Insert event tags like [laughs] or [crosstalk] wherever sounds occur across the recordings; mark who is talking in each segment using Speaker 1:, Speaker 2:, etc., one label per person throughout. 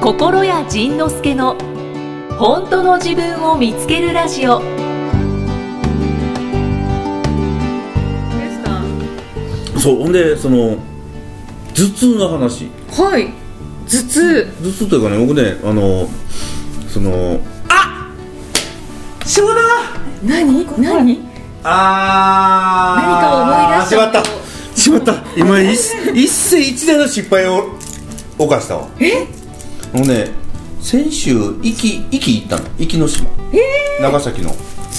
Speaker 1: 心谷仁之助の本当の自分を見つけるラジオ
Speaker 2: そうほんでその頭痛の話
Speaker 3: はい頭痛
Speaker 2: 頭痛というかね僕ねあのその
Speaker 4: しまだ
Speaker 3: 何何
Speaker 4: あ
Speaker 3: 何か思い出し
Speaker 4: しまったたしまった今一一世一代の失敗を犯したわえもうね先週壱岐壱岐行ったの壱岐の島、長崎ので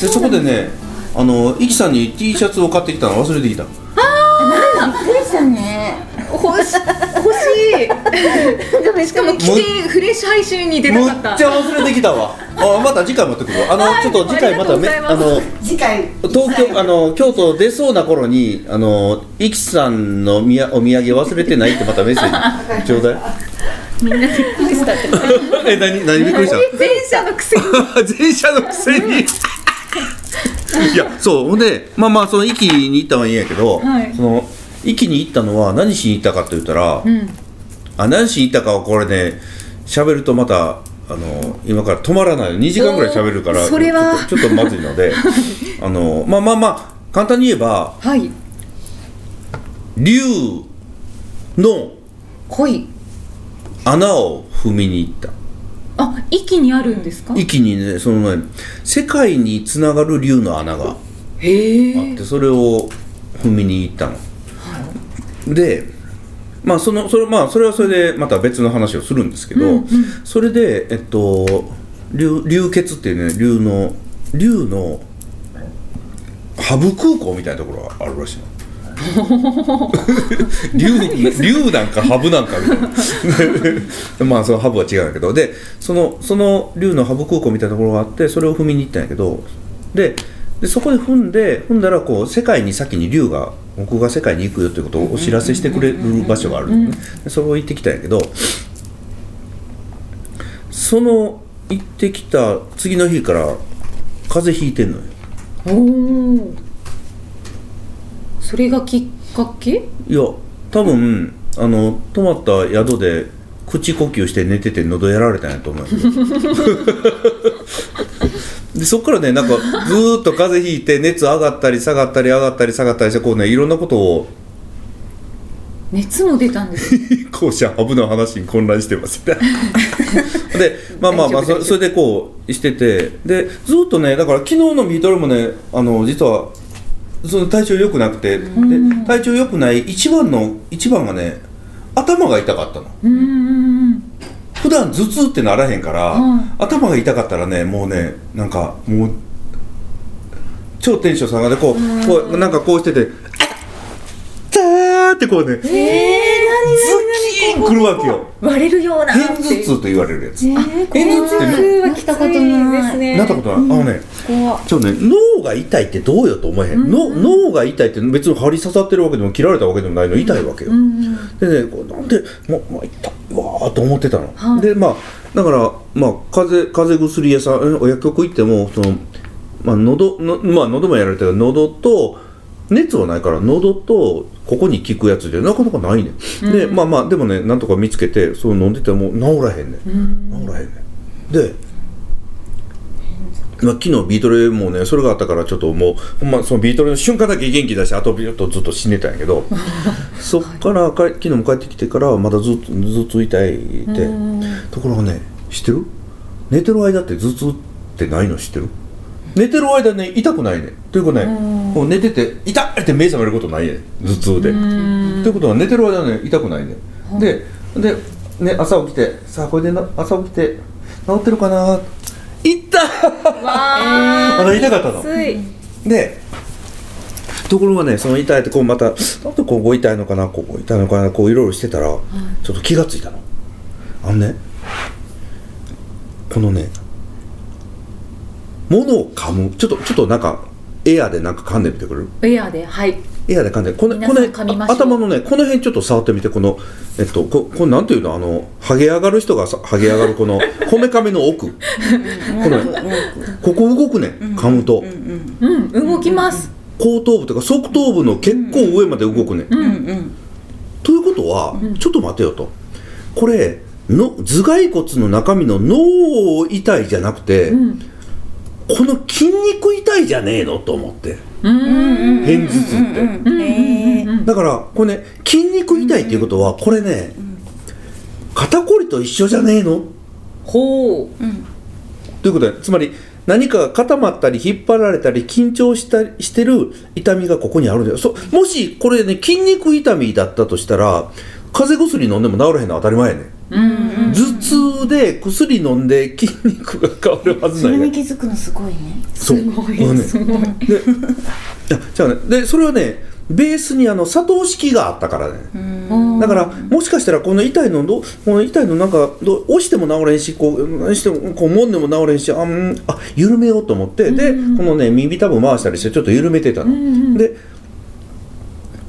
Speaker 4: そこでねあの壱岐さんに T シャツを買ってきたの忘れてきた
Speaker 3: 欲し欲しいしかも来てフレッシュ配信に出
Speaker 4: む
Speaker 3: な
Speaker 4: っ
Speaker 3: かっ
Speaker 4: ち
Speaker 3: た
Speaker 4: ゃ忘れてきたわあまた次回持ってくるわあの、
Speaker 3: はい
Speaker 4: ちょっと次回まため
Speaker 3: ありが
Speaker 4: あ
Speaker 3: とうござい
Speaker 4: の
Speaker 5: 次回
Speaker 4: 東京あの京都出そうな頃にあのイキさんのみやお土産忘れてないってまたメッセージちょうだいみんなびっくりした [laughs] え何何びっくりした
Speaker 3: 前者のくせに
Speaker 4: 前者のくせにいやそうほんでまあまあその壱岐に行ったはいいんやけど、
Speaker 3: はい
Speaker 4: その壱岐に行ったのは何しに行ったかと言ったら、あ何しに行ったかはこれね喋るとまたあの今から止まらない2時間ぐらい喋るから
Speaker 3: おーそれ [laughs] は
Speaker 4: ちょっとちょっとまずいのであのまあまあまあ簡単に言えば
Speaker 3: はい
Speaker 4: 竜の
Speaker 3: 恋
Speaker 4: 穴を踏みに行った
Speaker 3: あ息にあるんですか
Speaker 4: 壱岐にねそのね世界につながる竜の穴が
Speaker 3: へ
Speaker 4: あっ
Speaker 3: え
Speaker 4: てそれを踏みに行ったの、でまあそのそれまあそれはそれでまた別の話をするんですけど、それでえっと流流血っていうね流の流のハブ空港みたいなところがあるらしいの。竜竜なんかハブなんかみたいな [laughs] まあそのハブは違うんだけどでそのその竜のハブ空港みたいなところがあってそれを踏みに行ったんやけどででそこで踏んで踏んだらこう世界に先に竜が僕が世界に行くよということをお知らせしてくれる場所があるのねでそこ行ってきたんやけどその行ってきた次の日から風邪ひいてんのよ
Speaker 3: おおそれがきっかけ
Speaker 4: いや多分あの泊まった宿で口呼吸して寝てて喉やられたんやと思うよでそっからねなんかずーっと風邪ひいて熱上がったり下がったり上がったり下がったりしてこうねいろんなことを
Speaker 3: 熱も出たんです
Speaker 4: [laughs] 校舎ハブの話に混乱してますねでまあまあまあ
Speaker 3: 大丈夫大丈夫
Speaker 4: そそれでこうしててでずっとねだから昨日のビートルもねあの実はその体調良くなくて、で体調良くない一番の一番がね頭が痛かったの
Speaker 3: うーん
Speaker 4: 普段頭痛ってならへんから、
Speaker 3: うん
Speaker 4: 頭が痛かったらねもうねなんかもう超テンション下がってこう,、こうなんかこうしてて「あっ!」ってこうね、ズキーンくるわけよ。
Speaker 3: 割れるような
Speaker 4: 片頭痛と言われるやつ。
Speaker 3: 偏
Speaker 4: 片頭痛って
Speaker 3: は来たことないですね
Speaker 4: なったことない。あのね、ちょっとね、脳が痛いってどうよと思えへん。の脳が痛いって別に針刺さってるわけでも切られたわけでもないの痛いわけよ。でね、こうなんで、もう、もう痛いわーと思ってたの。で、まあ、だから、まあ、風邪、風邪薬屋さん、えお薬局行っても、その、まあ、喉、のまあ、喉もやられてるけど喉と、熱はないから喉とここに効くやつでなかなかないね、ん、でまあまあでもねなんとか見つけてそう飲んでても治らへんね、ん、治らへんねんでまあ、昨日ビートルもねそれがあったからちょっともうほんまそのビートルの瞬間だけ元気出してあとビュッとずっと死んでたんやけ [laughs] どそっからか昨日も帰ってきてからはまだずっとずっと痛いってところがね知ってる寝てる間って頭痛ってないの知ってる寝てる間ね痛くないねというかねこう寝てて痛いって目覚めることないね頭痛で。ということは寝てる間はね痛くないねでで、ね、朝起きてさあこれでな朝起きて治ってるかな痛っ [laughs] まだ痛かったのでところがねその痛いってこうまたなんでここ痛いのかなここ痛いのかなこういろいろしてたら、ちょっと気がついたのあのねこのね物を噛むちょっとちょっとなんかエアーでなんか噛んでみてくれる
Speaker 3: エアではい
Speaker 4: エアーで噛んでこの
Speaker 3: 皆さ
Speaker 4: こ
Speaker 3: ん
Speaker 4: の
Speaker 3: 噛みま
Speaker 4: 辺
Speaker 3: しょう
Speaker 4: 頭のねこの辺ちょっと触ってみてこのえっとここれなんていうのあのハゲ上がる人がさハゲ上がるこのこめかみの奥このここ動くね噛むと
Speaker 3: うん動きます
Speaker 4: 後頭部とか側頭部の結構上まで動くね、ということは、ちょっと待てよとこれの頭蓋骨の中身の脳痛いじゃなくて、
Speaker 3: ん
Speaker 4: この筋肉痛いじゃねえのと思って
Speaker 3: うん
Speaker 4: 片頭痛って、
Speaker 3: うん
Speaker 5: えー
Speaker 4: だからこれね筋肉痛いっていうことはこれね、肩こりと一緒じゃねえの
Speaker 3: ほう
Speaker 4: ということでつまり何かが固まったり引っ張られたり緊張したりしてる痛みがここにあるんだよそもしこれね筋肉痛みだったとしたら風邪薬飲んでも治らへんのは当たり前やね、ん、頭痛で薬飲んで筋肉が変わるはず
Speaker 5: そ
Speaker 4: な
Speaker 5: れ
Speaker 4: い
Speaker 5: に気づくのすごいね
Speaker 4: そう
Speaker 3: すごい
Speaker 4: あのね
Speaker 3: すごい
Speaker 4: であじゃあねでそれはねベースにあの砂糖式があったからね、
Speaker 3: うん
Speaker 4: だからもしかしたらこの痛いのどこの痛いのなんかど押しても治れんしこう何してもこう揉んでも治れんしあうんあ緩めようと思ってでこのね耳たぶ回したりしてちょっと緩めてたの。で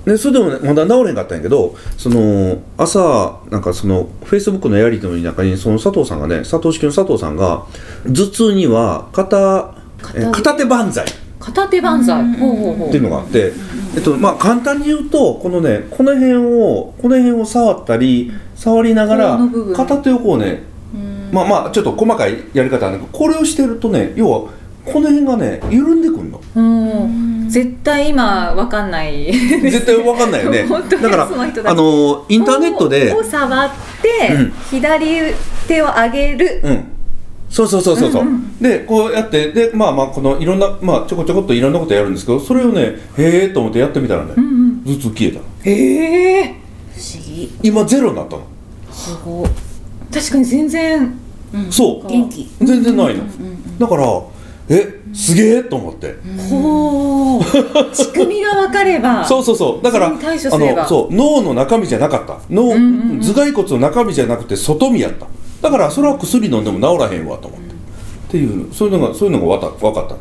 Speaker 4: でそれでも、ね、まだ治れんかったんやけどその朝なんかそのフェイスブックのやり取りの中にその佐藤さんがね佐藤式の佐藤さんが頭痛には片え片手万歳
Speaker 3: 片手万歳ほうほうほ
Speaker 4: っ
Speaker 3: う
Speaker 4: ていうのがあって、えっとまあ、簡単に言うとこのねこの辺をこの辺を触ったり触りなが
Speaker 3: こ
Speaker 4: ら
Speaker 3: の部分
Speaker 4: 片手をこうねまあまあちょっと細かいやり方なんだけどこれをしてるとね要はこの辺がね緩んでくん
Speaker 3: [laughs]
Speaker 4: の
Speaker 3: うん絶対今わかんない
Speaker 4: 絶対わかんないよね
Speaker 3: [laughs] 本当に
Speaker 4: だから
Speaker 3: その人だ
Speaker 4: あのインターネットで
Speaker 3: を触って、
Speaker 4: うん
Speaker 3: 左手を上げる
Speaker 4: うんそうそうそうそうそう、でこうやってでまあまあこのいろんなまあちょこちょこっといろんなことやるんですけどそれをねへえと思ってやってみたらね、頭痛消えたの
Speaker 3: へえ
Speaker 5: 不思議
Speaker 4: 今ゼロになったの、
Speaker 5: すごい
Speaker 3: 確かに全然
Speaker 4: そう
Speaker 5: 元気
Speaker 4: 全然ないの、だからえすげえと思って、
Speaker 3: ほう仕組みが分かれ
Speaker 4: [laughs]
Speaker 3: ば
Speaker 4: そうそうそうだからあ
Speaker 3: それに対処すれば
Speaker 4: のそう脳の中身じゃなかった脳、頭蓋骨の中身じゃなくて外身やっただからそれは薬飲んでも治らへんわと思って、っていうそういうのがそういうのがわた分かったの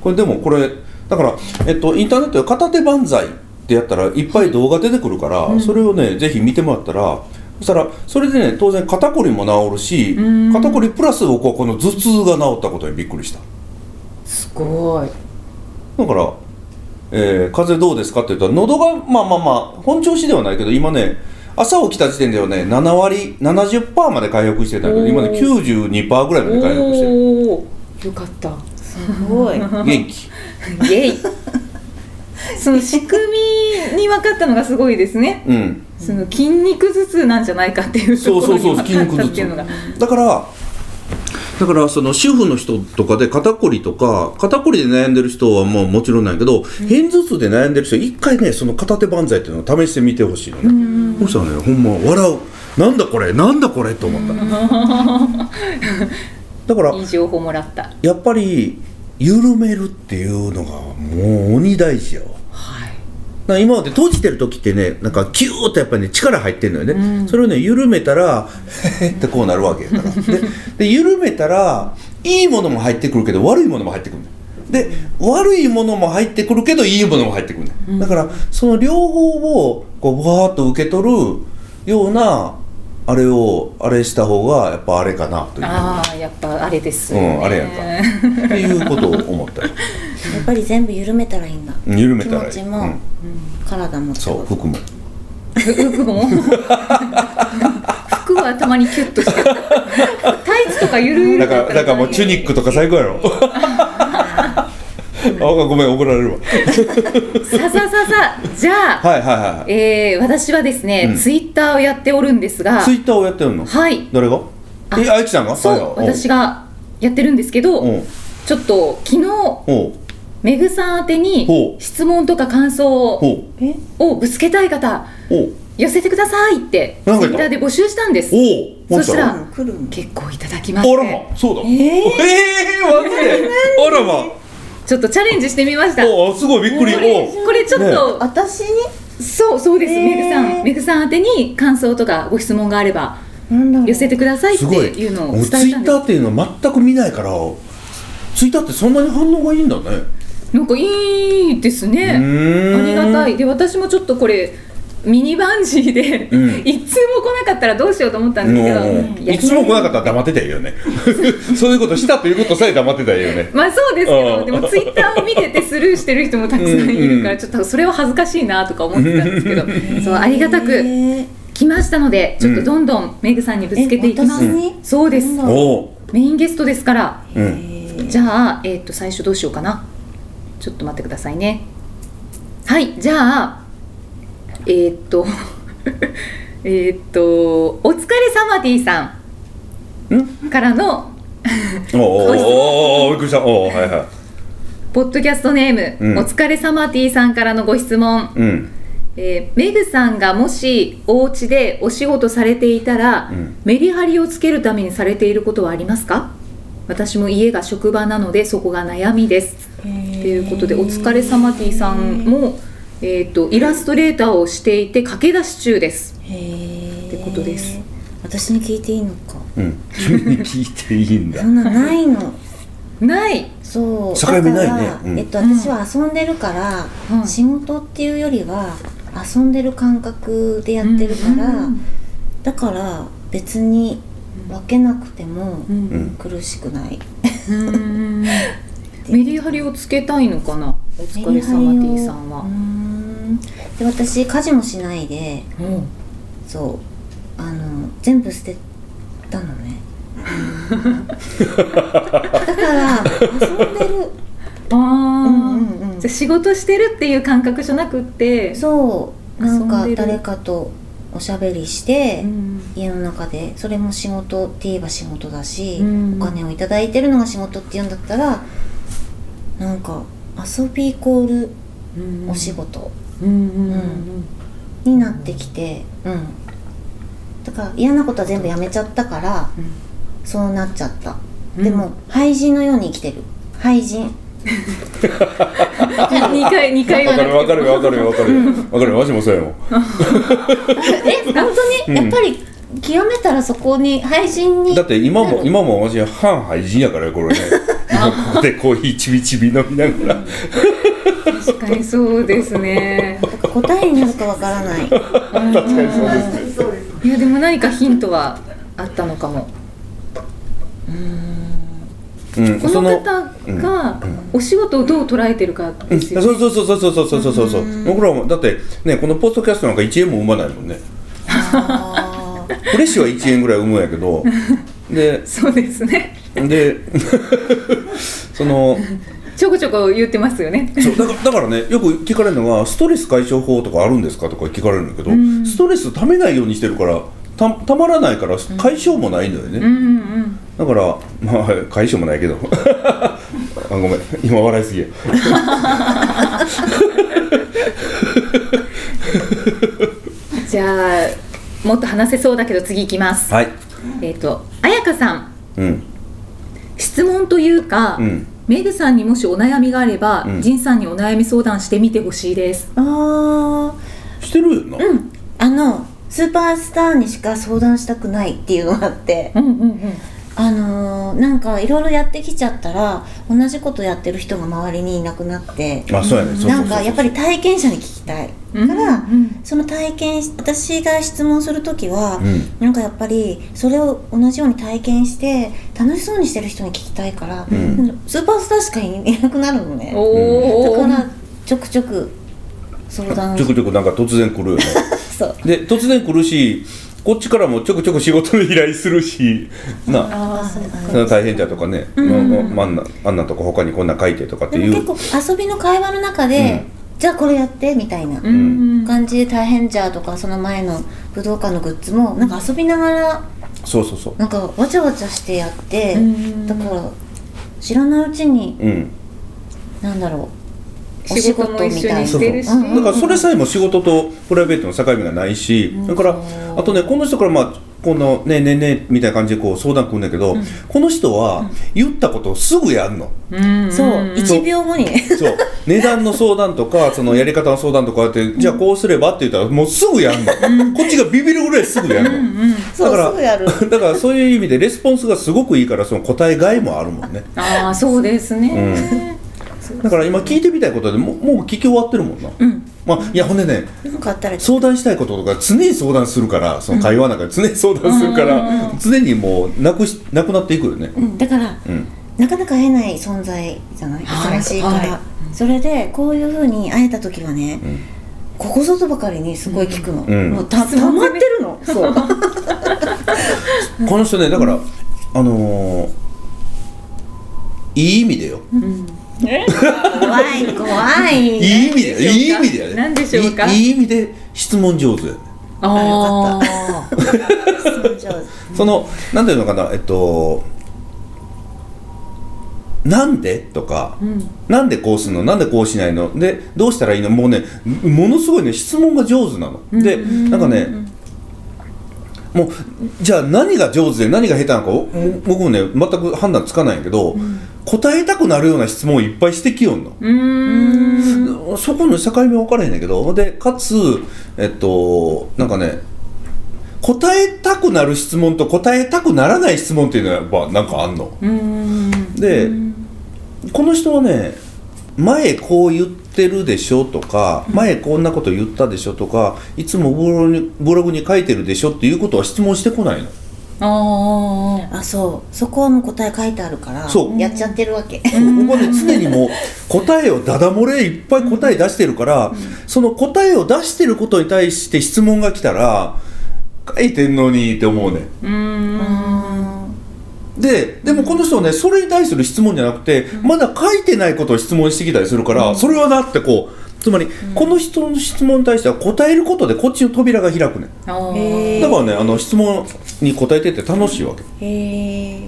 Speaker 4: これでもこれだから、えっと、インターネットで片手万歳ってやったらいっぱい動画出てくるから、それをねぜひ見てもらったらそしたらそれでね当然肩こりも治るし、肩こりプラス僕はこの頭痛が治ったことにびっくりした
Speaker 3: すごい
Speaker 4: だから、えー風邪どうですかって言ったら喉がまあまあまあ本調子ではないけど今ね朝起きた時点ではね7割70%まで回復してたけど今ね
Speaker 3: おー
Speaker 4: 92%ぐらいまで回復してる
Speaker 3: おおーよかった
Speaker 5: すごい
Speaker 4: 元気
Speaker 3: イエイその仕組みに分かったのがすごいですね
Speaker 4: うん
Speaker 3: その筋肉頭痛なんじゃないかっていうと
Speaker 4: そう
Speaker 3: こ
Speaker 4: そ
Speaker 3: ろ
Speaker 4: う [laughs] そう
Speaker 3: に
Speaker 4: 筋
Speaker 3: 分
Speaker 4: 肉
Speaker 3: かっ
Speaker 4: 頭
Speaker 3: たっていうのが
Speaker 4: 痛だからだからその主婦の人とかで肩こりとか肩こりで悩んでる人はもうもちろんないけど片頭痛で悩んでる人一回ねその片手万歳っていうのを試してみてほしいのねそしたらねほんま笑うなんだこれなんだこれと思っただから
Speaker 3: いい情報もらった
Speaker 4: やっぱり緩めるっていうのがもう鬼大事よ
Speaker 3: はい
Speaker 4: なんか今まで閉じてる時ってねなんかキューッとやっぱりね力入ってるのよね、それをね緩めたらへへってこうなるわけ
Speaker 3: [laughs]
Speaker 4: やからでで緩めたらいいものも入ってくるけど悪いものも入ってくるのよで悪いものも入ってくるけどいいものも入ってくるのよ、だからその両方をこうわーっと受け取るようなあれをあれした方がやっぱあれかなという
Speaker 3: ああやっぱあれですよ
Speaker 4: う
Speaker 3: ね
Speaker 4: んあれやんかっていうことを思ったよ
Speaker 5: やっぱり全部緩めたらいいんだ
Speaker 4: 緩めたらいい
Speaker 5: 気持ちも、
Speaker 4: うん
Speaker 5: 体もって
Speaker 4: そう
Speaker 5: こと
Speaker 4: 服も
Speaker 3: 服も服はたまにキュッとしてタイツとかゆるゆる
Speaker 4: だからだからもうチュニックとか最高やろあごめん怒られるわ
Speaker 3: ささささじゃあ、
Speaker 4: はいはいはいはい
Speaker 3: えー私はですね、
Speaker 4: うん
Speaker 3: ツイッターをやっておるんですが
Speaker 4: ツイッターをやってるの
Speaker 3: はい
Speaker 4: 誰がえあゆきさんが
Speaker 3: そう、私
Speaker 4: が
Speaker 3: がやってるんですけど、
Speaker 4: おう
Speaker 3: ちょっと昨日
Speaker 4: おう
Speaker 3: めぐさん宛て
Speaker 4: ほ
Speaker 3: に
Speaker 4: う
Speaker 3: 質問とか感想
Speaker 4: おう
Speaker 5: え
Speaker 3: をぶつけたい方
Speaker 4: おう
Speaker 3: 寄せてくださいってツイ
Speaker 4: なんか
Speaker 3: ッターで募集したんです
Speaker 4: おう
Speaker 3: そしたら
Speaker 5: うん来るの
Speaker 3: 結構いただきま
Speaker 4: あ
Speaker 3: し
Speaker 4: ら
Speaker 3: て
Speaker 4: まそうだ
Speaker 5: えー
Speaker 4: えーマジであらま
Speaker 3: ちょっとチャレンジしてみました
Speaker 4: おうすごいびっくりおう
Speaker 3: これちょっと、
Speaker 5: 私に
Speaker 3: そうそうです、
Speaker 5: へー
Speaker 3: めぐさんめぐさん宛てに感想とかご質問があれば
Speaker 5: なんだろう
Speaker 3: 寄せてくださいって
Speaker 4: すごい
Speaker 3: いうのを伝
Speaker 4: 俺
Speaker 3: えた
Speaker 4: ツイ
Speaker 3: ん
Speaker 4: ッ
Speaker 3: で
Speaker 4: ターっていうのは全く見ないからツイッターってそんなに反応がいいんだね
Speaker 3: すなんかいいですね
Speaker 4: うーん
Speaker 3: ありがたいで私もちょっとこれミニバンジーで、
Speaker 4: うん
Speaker 3: [laughs] 一通も来なかったらどうしようと思ったんですけど、
Speaker 4: もう
Speaker 3: や
Speaker 4: いつも来なかったら黙ってたらいいよねそういうことしたということさえ黙ってたらいいよね
Speaker 3: まあそうですけ
Speaker 4: う
Speaker 3: ど
Speaker 4: ん
Speaker 3: でもツイッターを見ててスルーしてる人もたくさんいるからちょっとそれは恥ずかしいなとか思ってたんですけどそうありがたく
Speaker 5: えー
Speaker 3: 聞来ましたのでちょっとどんどんメグさんにぶつけていきます、
Speaker 5: え私に
Speaker 3: そうです
Speaker 5: なんだ
Speaker 4: おお
Speaker 3: メインゲストですから
Speaker 4: う、うん、
Speaker 3: じゃあ、えー、と最初どうしようかなちょっと待ってくださいねはいじゃあえっ、と [laughs] えっとお疲れサマディさんからの
Speaker 4: おおおおおおびっくりしたおおはいはい
Speaker 3: ポッドキャストネーム、
Speaker 4: うん
Speaker 3: お疲れサマディさんからのご質問、
Speaker 4: うん
Speaker 3: えーメグさんがもしお家でお仕事されていたら、
Speaker 4: うん
Speaker 3: メリハリをつけるためにされていることはありますか私も家が職場なのでそこが悩みです
Speaker 5: と
Speaker 3: とい
Speaker 5: いう
Speaker 3: ことでお疲れ様ティさんも、えー、とイラストレーターをしていて駆け出し中です
Speaker 5: って
Speaker 3: ことです
Speaker 5: 私に聞いていいのか
Speaker 4: うん君に聞いていいんだ
Speaker 5: そんなないの
Speaker 3: ない
Speaker 5: そう
Speaker 4: 境目ないね
Speaker 5: だから
Speaker 4: うん
Speaker 5: えっと、私は遊んでるから、
Speaker 3: うん
Speaker 5: 仕事っていうよりは遊んでる感覚でやってるから、
Speaker 3: うん
Speaker 5: だから別に分けなくても
Speaker 3: うん
Speaker 5: 苦しくない、
Speaker 3: うんメリハリをつけたいのかなお疲れ様ティさん
Speaker 5: うー
Speaker 3: は。
Speaker 5: んで私家事もしないで
Speaker 3: うん
Speaker 5: そうあの全部捨てたのねだから遊んでる
Speaker 3: あー、
Speaker 5: うんうんうん
Speaker 3: じゃあ仕事してるっていう感覚じゃなくって
Speaker 5: そうなん
Speaker 3: 遊ん
Speaker 5: か
Speaker 3: でる
Speaker 5: 誰かとおしゃべりして、
Speaker 3: うん
Speaker 5: 家の中でそれも仕事って言えば仕事だし、
Speaker 3: うん
Speaker 5: お金をいただいてるのが仕事って言うんだったらなんか遊びイコールお仕事
Speaker 3: うんうんうん
Speaker 5: になってきて、うんだから嫌なことは全部やめちゃったから、
Speaker 3: うん
Speaker 5: そうなっちゃった、
Speaker 3: うん
Speaker 5: でも廃人のように生きてる廃人
Speaker 3: 二回二回
Speaker 4: わかるわかるわかるわかるわかるわしもそうやもん
Speaker 5: え本当に、やっぱり極めたらそこに廃人に
Speaker 4: だって今も今も私半廃人やからよこれね今ここでコーヒーちびちび飲みながら
Speaker 3: 確かにそうですね。
Speaker 5: 答えになるかわからない
Speaker 3: いやでも何かヒントはあったのかも。
Speaker 4: うん
Speaker 3: こ
Speaker 4: そ
Speaker 3: の
Speaker 4: の
Speaker 3: 方がお仕事をどう捉えてるか
Speaker 4: う
Speaker 3: で
Speaker 4: ん
Speaker 3: す
Speaker 4: そ
Speaker 3: よ
Speaker 4: う
Speaker 3: ね。
Speaker 4: そうそうそうそうそうそうそうそう僕らもだってねこのポッドキャストなんか1円も生まないもんね
Speaker 5: あー
Speaker 4: フレッシュは1円ぐらい生むんやけどで
Speaker 3: そうですね。
Speaker 4: で [laughs] その
Speaker 3: ちょこちょこ言ってますよね。
Speaker 4: そうだからだからねよく聞かれるのが「ストレス解消法とかあるんですか?」とか聞かれるんだけど、ストレスためないようにしてるからたたまらないから解消もないのよね、
Speaker 3: うんうん
Speaker 4: だからまあ解消もないけど [laughs] あごめん今笑いすぎや
Speaker 3: うん。じゃあもっと話せそうだけど次行きます。
Speaker 4: はい
Speaker 3: えっ、と彩香さん
Speaker 4: うん
Speaker 3: 質問というか。
Speaker 4: うん
Speaker 3: メグさんにもしお悩みがあれば、
Speaker 4: うん
Speaker 3: ジンさんにお悩み相談してみてほしいです。
Speaker 5: あー
Speaker 4: してるよな、
Speaker 5: うん、あのスーパースターにしか相談したくないっていうのがあって
Speaker 3: うんうんうん。
Speaker 5: あのーなんかいろいろやってきちゃったら同じことやってる人が周りにいなくなって
Speaker 4: あそうやねそうそうそう
Speaker 5: なんかやっぱり体験者に聞きたいから、
Speaker 3: うんうん
Speaker 5: その体験し私が質問する時は、
Speaker 4: うん
Speaker 5: なんかやっぱりそれを同じように体験して楽しそうにしてる人に聞きたいから、
Speaker 4: ん
Speaker 5: スーパースターしかいなくなるのねだ
Speaker 3: おお。
Speaker 5: からちょくちょく相談
Speaker 4: ちょくちょくなんか突然来るよね
Speaker 5: そう
Speaker 4: で突然来るしこっちからもちょくちょく仕事の依頼するしな
Speaker 5: あそう
Speaker 4: それは大変だとかね、まあ、あんなあんなとか他にこんなん書いてとかって
Speaker 5: で
Speaker 4: い
Speaker 5: も
Speaker 4: う
Speaker 5: 結構遊びの会話の中で、じゃあこれやってみたいな
Speaker 3: うんうん。
Speaker 5: 感じで大変じゃとかその前の武道館のグッズもなんか遊びながら
Speaker 4: そうそうそう
Speaker 5: なんかわちゃわちゃしてやって
Speaker 3: うん
Speaker 5: だから知らないうちに
Speaker 4: うん
Speaker 5: なんだろうお仕
Speaker 3: 仕事
Speaker 5: 事
Speaker 3: も
Speaker 5: み
Speaker 3: 一緒に
Speaker 5: たい
Speaker 4: そう
Speaker 5: な
Speaker 3: し
Speaker 4: そ
Speaker 3: て
Speaker 4: う
Speaker 3: るし。
Speaker 5: うん
Speaker 4: だからそれさえも仕事とプライベートの境目がないし、だからあとねこの人からまあこのねえねえねえみたいな感じでこう相談来るんだけど、この人は言ったことをすぐやんの、
Speaker 3: うん
Speaker 5: そう
Speaker 4: そう
Speaker 5: 1秒後にね
Speaker 4: そう値段の相談とかそのやり方の相談とかやって、じゃあこうすればって言ったらもうすぐやんの、こっちがビビるぐらいすぐやんの、
Speaker 5: そうすぐやる
Speaker 4: だからそういう意味でレスポンスがすごくいいからその答えがいもあるもんね
Speaker 3: ああそうですね。
Speaker 4: だから今聞いてみたいことでもうもう聞き終わってるもんな、まあいやほんでね
Speaker 5: なんかあったら
Speaker 4: 相談したいこととか常に相談するからその会話なんかで常に相談するから、常にもうなくしなくなっていくよね
Speaker 5: うんだから
Speaker 4: うん
Speaker 5: なかなか会えない存在じゃない
Speaker 3: はい
Speaker 5: 忙しいから、
Speaker 3: は
Speaker 5: それでこういうふうに会えた時はね、ここぞとばかりにすごい聞くの、
Speaker 4: ん
Speaker 5: もうた
Speaker 3: 質問
Speaker 5: 溜まってるの
Speaker 3: そうそう
Speaker 4: この人ねだから、あのーいい意味でよ、
Speaker 5: 怖い怖い
Speaker 4: いい意味でよいい意味でよね
Speaker 3: 何でしょうか
Speaker 4: いいい意味で質問上手やね
Speaker 3: ああ
Speaker 5: 上手
Speaker 4: そのなんていうのかなえっとなんでとか、なんでこうするのなんでこうしないのでどうしたらいいのもうねものすごいね質問が上手なの、でなんかね、もうじゃあ何が上手で何が下手なのかおも僕もね全く判断つかないんやけど、答えたくなるような質問をいっぱいしてきよんの、
Speaker 3: うーん
Speaker 4: そこの境目分からへんねんけどでかつえっとなんかね答えたくなる質問と答えたくならない質問っていうのはやっぱなんかあんの。でこの人はね前こう言ってるでしょとか前こんなこと言ったでしょとかいつもブログにブログに書いてるでしょっていうことは質問してこないの。
Speaker 3: あ
Speaker 5: あそうそこはもう答え書いてあるから
Speaker 4: そう
Speaker 5: やっちゃってるわけ
Speaker 4: ここで常にもう答えをダダ漏れいっぱい答え出してるからその答えを出してることに対して質問が来たら書いてんのにって思うね
Speaker 3: あうーん
Speaker 4: ででもこの人はねそれに対する質問じゃなくてまだ書いてないことを質問してきたりするからそれはだってこうつまりこの人の質問に対しては答えることでこっちの扉が開くね
Speaker 3: あー
Speaker 5: へえ
Speaker 4: だからねあの質問に答えてって楽しいわけ
Speaker 5: へえ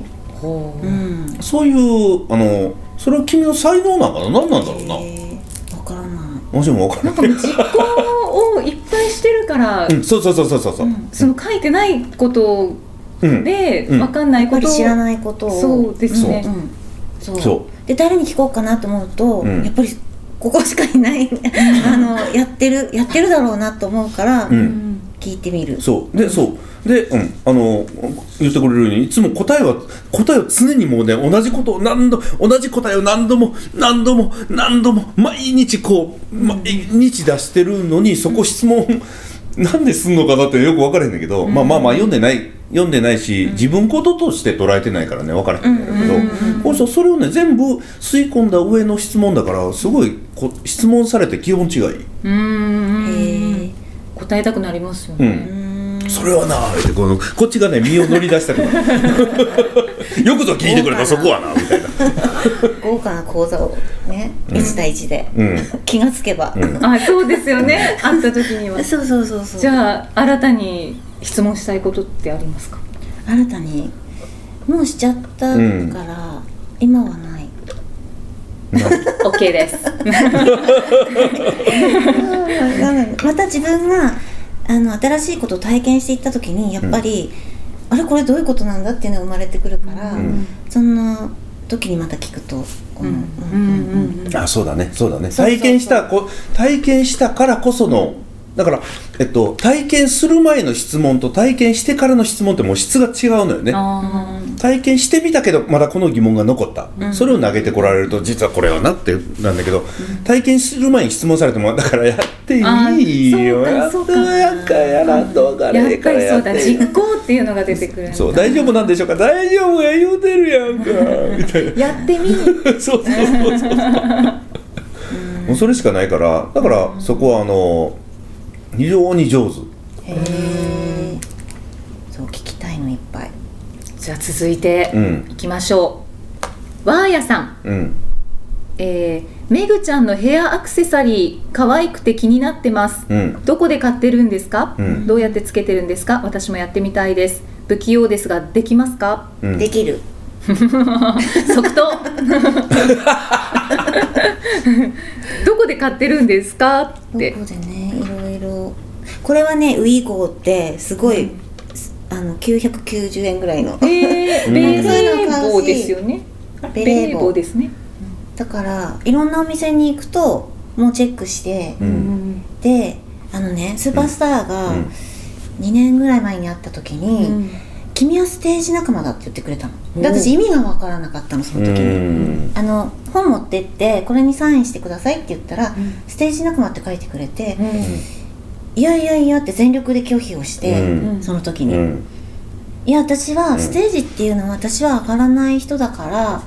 Speaker 3: ほう
Speaker 5: うん
Speaker 4: そういうあのそれは君の才能なんかな何なんだろうな
Speaker 5: へえわからない
Speaker 4: もしも分から
Speaker 3: なんかもう実行をいっぱいしてるから、
Speaker 4: んうんそうそうそうそうそうそう
Speaker 3: その書いてないこと
Speaker 4: うん
Speaker 3: で
Speaker 4: うん
Speaker 3: わかんない
Speaker 5: やっぱ
Speaker 3: こと
Speaker 5: り
Speaker 3: を
Speaker 5: 知らないことを
Speaker 3: そうですね
Speaker 5: うん、そう
Speaker 4: そ
Speaker 5: で誰に聞こうかなと思うと、
Speaker 4: うん
Speaker 5: やっぱりここしかいないあのやってるやってるだろうなと思うから、
Speaker 4: う
Speaker 3: うんん
Speaker 5: 聞いてみる
Speaker 4: そうでそうで、うん、あの言ってくれるようにいつも答えは答えを常にもうね同じことを何度同じ答えを何度も何度も何度も毎日こう毎日出してるのにそこ質問、なんですんのかなってよく分からへんねんけど、まあまあまあ読んでない読んでないし、自分こととして捉えてないからね分からへんねんけど、この人それをね全部吸い込んだ上の質問だからすごいこ質問されて気持ちがいい。
Speaker 3: うーん
Speaker 5: へえ
Speaker 3: 答えたくなりますよ
Speaker 4: う
Speaker 3: ね、
Speaker 4: んそれはなあってこのこっちがね身を乗り出したくな
Speaker 3: [laughs]
Speaker 4: るよくぞ聞いてくれたそこはなみたいな
Speaker 5: 豪華な講座をね1対1で、
Speaker 4: うん
Speaker 5: 気がつけば、
Speaker 3: あそうですよね会った時には
Speaker 5: そうそうそうそう
Speaker 3: じゃあ新たに質問したいことってありますか
Speaker 5: 新たにもうしちゃったから、
Speaker 4: うん
Speaker 5: 今はない
Speaker 3: OK です
Speaker 5: うんまた自分があの新しいことを体験していった時にやっぱり、あれこれどういうことなんだっていうのが生まれてくるから、
Speaker 4: ん
Speaker 5: その時にまた聞くと思う、うんうんうん
Speaker 4: あそうだねそうだね
Speaker 5: そうそうそう
Speaker 4: 体験したこ体験したからこそのだから、えっと、体験する前の質問と体験してからの質問ってもう質が違うのよね
Speaker 3: あ
Speaker 4: 体験してみたけどまだこの疑問が残った、それを投げてこられると実はこれはなってなんだけど、体験する前に質問されてもだからやっていいよ
Speaker 3: あー
Speaker 4: やっ
Speaker 3: そう
Speaker 4: と
Speaker 3: かそうか
Speaker 4: やかやらんとか
Speaker 3: ーや
Speaker 4: ね
Speaker 3: っぱりそうだ実行っていうのが出てくるんだ
Speaker 4: そう大丈夫なんでしょうか大丈夫や言うてるやんか
Speaker 5: [laughs]
Speaker 4: みたいな
Speaker 5: やってみ
Speaker 4: そうそうそうそうもうそれしかないからだからそこはあの非常に上手
Speaker 5: そう聞きたいのいっぱい
Speaker 3: じゃあ続いて
Speaker 4: うん
Speaker 3: いきましょう、わーやさん
Speaker 4: うん
Speaker 3: えー、めぐちゃんのヘアアクセサリー可愛くて気になってます、
Speaker 4: うん
Speaker 3: どこで買ってるんですか、
Speaker 4: うん
Speaker 3: どうやってつけてるんですか私もやってみたいです不器用ですができますか
Speaker 4: うん
Speaker 5: できる、
Speaker 3: 即答どこで買ってるんですかって
Speaker 5: どこでねいろいろこれはねウィーゴーってすごい、あの990円ぐらいの
Speaker 3: えー、ベレー帽ですよねベ
Speaker 5: ベ
Speaker 3: レ
Speaker 5: レ
Speaker 3: ー
Speaker 5: ー
Speaker 3: 帽
Speaker 5: 帽
Speaker 3: ですね
Speaker 5: だからいろんなお店に行くともうチェックして、
Speaker 4: うん
Speaker 5: であのねスーパースターが
Speaker 4: うん
Speaker 5: 2年ぐらい前に会った時に「
Speaker 3: うん
Speaker 5: 君はステージ仲間だ」って言ってくれたので
Speaker 3: おう
Speaker 5: 私意味が分からなかったのその時に。
Speaker 4: うん
Speaker 5: あの本持ってってこれにサインしてくださいって言ったら、ステージ仲間って書いてくれて、いやいやいやって全力で拒否をして、
Speaker 4: うん
Speaker 5: その時に、
Speaker 4: うん
Speaker 5: いや私はステージっていうのは私は上がらない人だから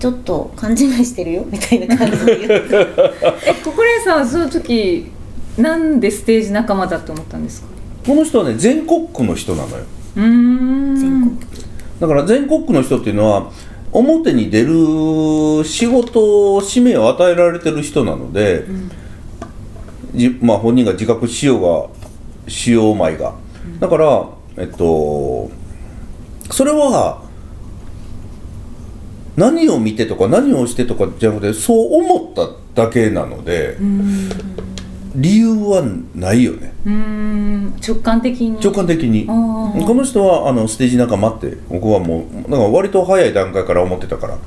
Speaker 5: ちょっと勘違いしてるよみたいな感じ
Speaker 4: [laughs]
Speaker 5: で言って
Speaker 3: えここれさんはその時なんでステージ仲間だと思ったんですか
Speaker 4: この人はね全国区の人なのよ
Speaker 3: うーん
Speaker 5: 全国
Speaker 4: だから全国区の人っていうのは表に出る仕事使命を与えられてる人なので、じまあ、本人が自覚しようがしようまいがだから、えっと、それは何を見てとか何をしてとかじゃなくてそう思っただけなので、理由はないよね
Speaker 3: うーん直感的に
Speaker 4: 直感的に。
Speaker 3: あー
Speaker 4: この人はあのステージ仲間って僕はもうなんか割と早い段階から思ってたから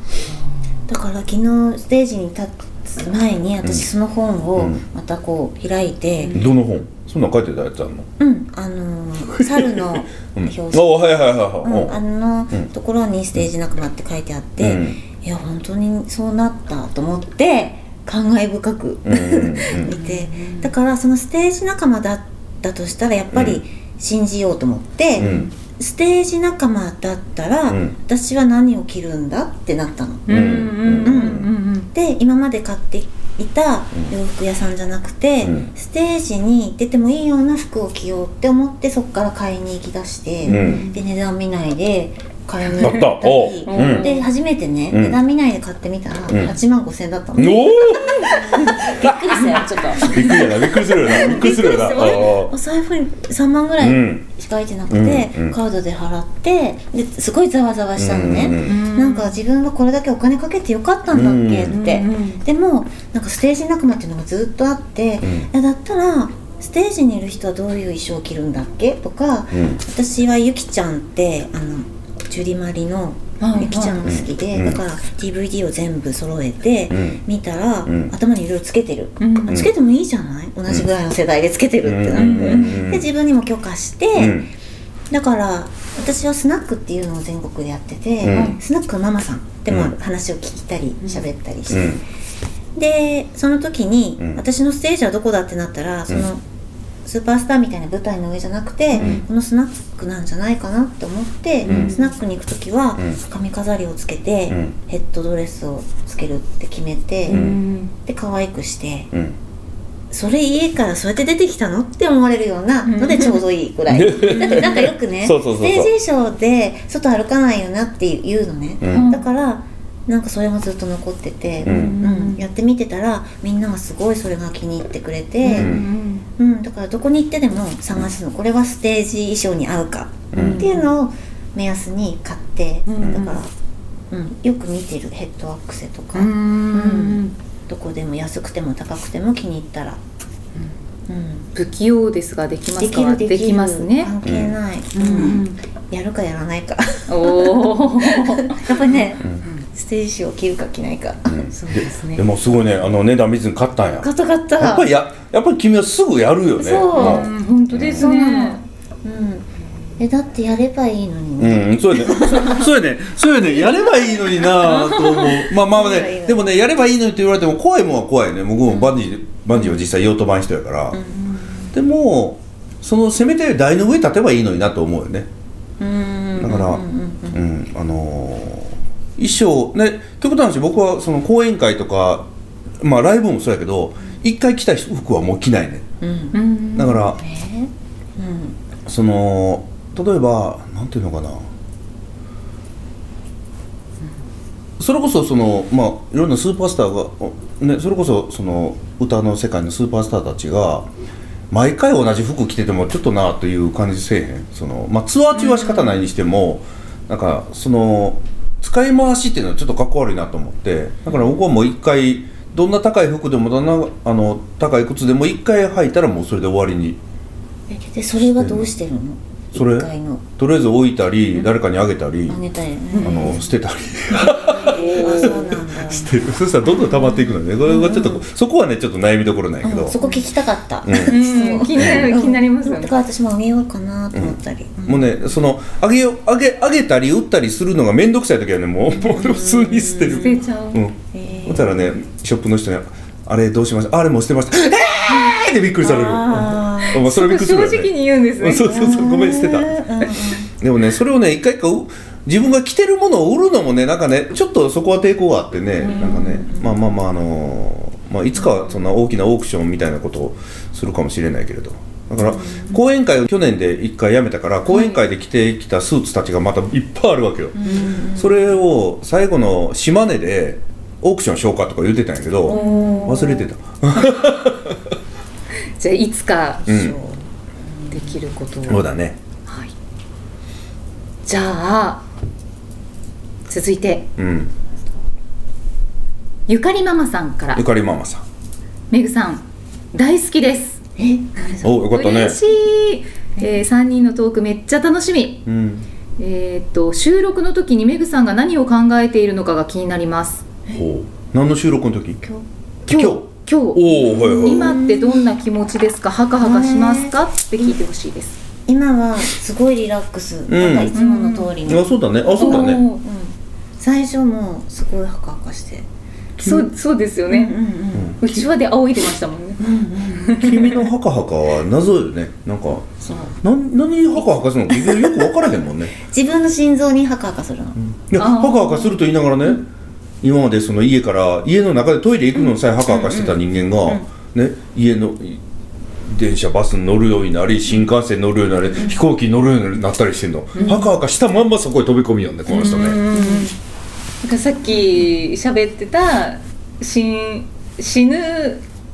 Speaker 5: だから昨日ステージに立つ前に私その本
Speaker 4: う
Speaker 5: を
Speaker 4: ん
Speaker 5: またこう開いて
Speaker 4: どの本そんなん書いてたやつあんの、
Speaker 5: うん、あのー猿の
Speaker 4: うん、
Speaker 5: 表紙
Speaker 4: あはいはいはいはい、
Speaker 5: うん、あ
Speaker 4: うん
Speaker 5: の
Speaker 4: うん
Speaker 5: ところに「ステージ仲間」って書いてあって、
Speaker 4: うん
Speaker 5: いや本当にそうなったと思って感慨深く
Speaker 4: うんうんうん
Speaker 5: 見て、だからそのステージ仲間だだとしたらやっぱ
Speaker 4: う
Speaker 5: り
Speaker 4: ん
Speaker 5: 信じようと思って、
Speaker 4: うん
Speaker 5: ステージ仲間だったら、
Speaker 4: うん
Speaker 5: 私は何を着るんだってなったの。
Speaker 3: うんうんうんうん
Speaker 5: で今まで買っていた洋服屋さんじゃなくて、
Speaker 4: うん
Speaker 5: ステージに出てもいいような服を着ようって思ってそこから買いに行きだして、
Speaker 4: うん
Speaker 5: で値段見ないで買いに
Speaker 4: や
Speaker 5: 行
Speaker 4: っ
Speaker 5: ったた
Speaker 4: おう
Speaker 5: り
Speaker 4: うん
Speaker 5: で初めてね、
Speaker 4: うん
Speaker 5: 値段見ないで買ってみたら8万5千円だった
Speaker 4: お
Speaker 5: の、
Speaker 3: びっくりしたよちょっと
Speaker 4: おびっくりだなびっくりするよなびっくりするよな
Speaker 5: びっくりして
Speaker 4: あ
Speaker 5: お財布に3万ぐらいしか入ってなくて、
Speaker 4: うんうん
Speaker 5: カードで払ってですごいざわざわしたのね、
Speaker 4: うんうん
Speaker 5: なんか自分はこれだけお金かけてよかったんだっけって、
Speaker 3: うんうん
Speaker 5: でもなんかステージ仲間っていうのがずっとあって、
Speaker 4: ん
Speaker 5: いやだったらステージにいる人はどういう衣装を着るんだっけとか、
Speaker 4: うん
Speaker 5: 私はゆきちゃんってあのジュリマリの
Speaker 3: はいはい
Speaker 5: ゆきちゃんが好きで、
Speaker 4: うん
Speaker 5: だから DVD を全部揃えて
Speaker 4: ん
Speaker 5: 見たら、
Speaker 4: ん
Speaker 5: 頭にいろいろつけてる、
Speaker 3: うん
Speaker 5: あつけてもいいじゃない同じぐらいの世代でつけてるってなって、
Speaker 4: うんうん
Speaker 5: で自分にも許可して、
Speaker 4: あうん
Speaker 5: だから私はスナックっていうのを全国でやってて、
Speaker 4: うん
Speaker 5: スナックのママさんでもある
Speaker 4: う
Speaker 5: 話を聞いたり喋ったりし
Speaker 4: う
Speaker 5: て、
Speaker 4: ん
Speaker 5: でその時に、
Speaker 4: うん
Speaker 5: 私のステージはどこだってなったらその、
Speaker 4: うん
Speaker 5: スーパースターみたいな舞台の上じゃなくて、
Speaker 4: うん
Speaker 5: このスナックなんじゃないかなって思って、
Speaker 4: うん
Speaker 5: スナックに行く時は、
Speaker 4: うん
Speaker 5: 髪飾りをつけて、
Speaker 4: うん
Speaker 5: ヘッドドレスをつけるって決めて、
Speaker 4: ん
Speaker 5: で可愛くして
Speaker 4: うん
Speaker 5: それ家からそうやって出てきたのって思われるようなのでちょうどいいく
Speaker 4: [laughs]
Speaker 5: らい、だってなんかよくね
Speaker 4: そうそうそうそう
Speaker 5: ステージ衣装で外歩かないよなっていうのね、
Speaker 4: うん
Speaker 5: だからなんかそれもずっと残ってて、
Speaker 4: う
Speaker 5: うんん
Speaker 3: うん
Speaker 5: やってみてたらみんながすごいそれが気に入ってくれて、
Speaker 4: う
Speaker 5: うん
Speaker 4: ん
Speaker 5: だからどこに行ってでも探すのこれはステージ衣装に合うか
Speaker 4: うん
Speaker 5: っていうのを目安に買って、
Speaker 3: うん
Speaker 5: だから、うん、よく見てるヘッドアクセとか、
Speaker 3: うん
Speaker 5: どこでも安くても高くても気に入ったら、うん、
Speaker 3: 不器用ですができま
Speaker 5: ですき
Speaker 3: か
Speaker 5: るできる
Speaker 3: できますね
Speaker 5: 関係ない、
Speaker 3: う
Speaker 5: うん
Speaker 3: ん
Speaker 5: やるかやらな
Speaker 3: [laughs]
Speaker 5: いか
Speaker 3: おお
Speaker 5: やっぱりね、
Speaker 4: ん
Speaker 5: ステージを着るか着ないか、
Speaker 3: そうですね
Speaker 4: でもすごいねあの値段見ずに買ったんや
Speaker 5: ガタガタ
Speaker 4: やっぱりややっぱり君はすぐやるよね
Speaker 5: そう
Speaker 4: も
Speaker 3: うん本当です
Speaker 5: そうな
Speaker 3: ね
Speaker 5: のうんえだってやればいいのに
Speaker 4: う
Speaker 5: ね、
Speaker 4: ん、そうやね。 [laughs] そそうやね。そうやね。やればいいのになぁと思う。まあまあ
Speaker 5: やればいいの
Speaker 4: ね、
Speaker 5: に
Speaker 4: でもね、やればいいのにって言われても怖いもんは怖いね。僕もバンジー、バンジーは実際用途版人やから。でも、そのせめて台の上立てばいいのになと思うよね。
Speaker 5: うん
Speaker 4: だから、う
Speaker 5: うんんうん
Speaker 4: あのー衣装、ね、ということなんですよ僕はその講演会とか、まあライブもそうやけど、一回着た服はもう着ないね。
Speaker 5: うん
Speaker 3: うん
Speaker 4: だから、
Speaker 5: ねうん
Speaker 4: その例えばなんていうのかな、それこそそのまあいろんなスーパースターが、ね、それこそその歌の世界のスーパースターたちが毎回同じ服着ててもちょっとなという感じせえへんその、まあ、ツアー中は仕方ないにしても、なんかその使い回しっていうのはちょっとかっこ悪いなと思ってだから僕はもう一回どんな高い服でもどんなあの高い靴でも一回履いたらもうそれで終わりに
Speaker 5: えでそれはどうしてるの
Speaker 4: それ
Speaker 5: 一階の
Speaker 4: とりあえず置いたり誰かにあげたり、
Speaker 5: あげたいよね、
Speaker 4: あの捨てたり
Speaker 5: あそうなんだ
Speaker 4: 捨てるそしたらどんどん溜まっていくのねこれはちょっとそこはねちょっと悩みどころなんやけど、
Speaker 5: うんそこ聞きたかった、
Speaker 4: うん
Speaker 3: うん気になる気になります
Speaker 5: う
Speaker 3: よ
Speaker 5: ん
Speaker 3: ね
Speaker 5: だから私もあげようかなと思ったり、うん
Speaker 4: もうねそのあげようあげあげたり打ったりするのが面倒くさい時はねもうもう普通に捨てる
Speaker 3: 捨てちゃう
Speaker 4: うん
Speaker 5: え
Speaker 4: そしたらねショップの人に「あれどうしましたあれもう捨てました」えーってびっくりされる
Speaker 5: あ
Speaker 4: うんまあそれびっくりする
Speaker 3: 正
Speaker 4: よね
Speaker 3: 直に言うんです
Speaker 4: うん
Speaker 3: ね
Speaker 4: そうそうそうごめん捨てた
Speaker 5: うんうん
Speaker 4: でもねそれをね一回一回う自分が着てるものを売るのもねなんかねちょっとそこは抵抗があってねなんかねまあまあまああのーまあ、いつかはそんな大きなオークションみたいなことをするかもしれないけれど、だから講演会を去年で一回やめたから講演会で着てきたスーツたちがまたいっぱいあるわけよ、それを最後の島根でオークションしようかとか言ってたんやけど忘れてた
Speaker 3: じゃあいつか、
Speaker 4: ん
Speaker 3: そうできることを
Speaker 4: そうだね
Speaker 3: はい、じゃあ続いて
Speaker 4: うん
Speaker 3: ゆかりママさんから
Speaker 4: ゆかりママさん
Speaker 3: めぐさん大好きです
Speaker 5: え
Speaker 4: およかったね
Speaker 3: 嬉しい、え3人のトークめっちゃ楽しみ
Speaker 4: うん
Speaker 3: えーっと収録の時にめぐさんが何を考えているのかが気になります
Speaker 4: ほう何の収録の時今
Speaker 3: 今日今日
Speaker 4: おおはいはい
Speaker 3: 今ってどんな気持ちですかハカハカしますかって聞いてほしいです
Speaker 5: 今はすごいリラックス、なんかいつもの通りに、
Speaker 4: あそうだねあそうだね
Speaker 3: おー
Speaker 5: 最初もすごいハカハカして、
Speaker 3: そうそうですよ
Speaker 5: うん
Speaker 3: ね、
Speaker 5: うん
Speaker 3: うちわで仰いでましたもんね
Speaker 5: うんうんうん
Speaker 4: 君のハカハカは謎よねなんか
Speaker 5: そう
Speaker 4: なん何ハカハカするの結局よく分からへんもんね
Speaker 5: 自分の心臓にハカハカするの、
Speaker 4: いや
Speaker 3: あー
Speaker 4: ハカハカすると言いながらね今までその家から家の中でトイレ行くのさえハカハカしてた人間が、ね、家のい電車バスに乗るようになり新幹線乗るようになり、飛行機に乗るようになったりしてんの、ハカハカしたまんまそこへ飛び込みよんねこの人ね、
Speaker 3: なんかさっき喋ってた死ん死ぬ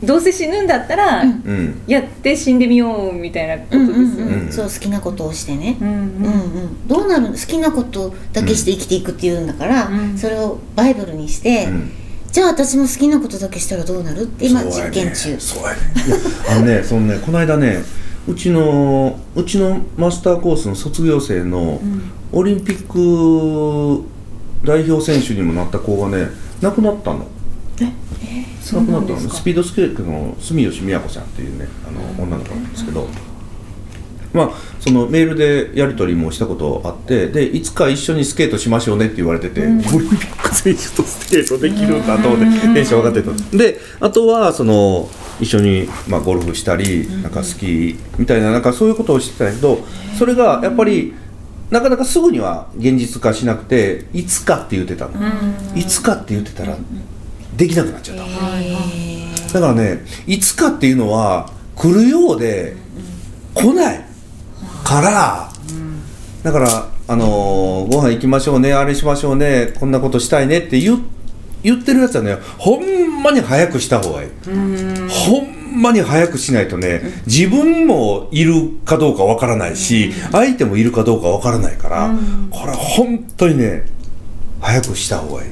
Speaker 3: どうせ死ぬんだったら、
Speaker 4: うん
Speaker 3: やって死んでみようみたいなことですよね、
Speaker 4: うん
Speaker 5: そう好きなことをしてね、
Speaker 3: うん
Speaker 5: うんうん、どうなる好きなことだけして生きていくっていうんだから、
Speaker 3: うん
Speaker 5: それをバイブルにして、
Speaker 4: うん
Speaker 5: じゃあ私も好きなことだけしたらどうなるって今
Speaker 4: そうや
Speaker 5: 実
Speaker 4: ね
Speaker 5: 験中、
Speaker 4: そうやねいやあのねそ [laughs] のねこの間ねうちのうちのマスターコースの卒業生のオリンピック代表選手にもなった子がね亡くなったの。
Speaker 3: そうなんで
Speaker 4: あ
Speaker 3: す
Speaker 4: の
Speaker 3: か
Speaker 4: スピードスケートの住吉美和子さんっていうねあの女の子なんですけど、まあ、そのメールでやり取りもしたことあってでいつか一緒にスケートしましょうねって言われてて、 [laughs] オリンピック選手とスケートできるんだと思ってテンション上がってたんですであとはその一緒に、まあ、ゴルフしたりなんかスキーみたいななんかそういうことをしてたんやけどそれがやっぱりなかなかすぐには現実化しなくていつかって言ってたの、いつかって言ってたらできなくなっちゃった。だからねいつかっていうのは来るようで来ないから、だから、あのーご飯行きましょうねあれしましょうねこんなことしたいねって言言ってるやつはねほんまに早くした方がいい、ほんまに早くしないとね自分もいるかどうかわからないし、相手もいるかどうかわからないから、これ本当にね早くした方がいい、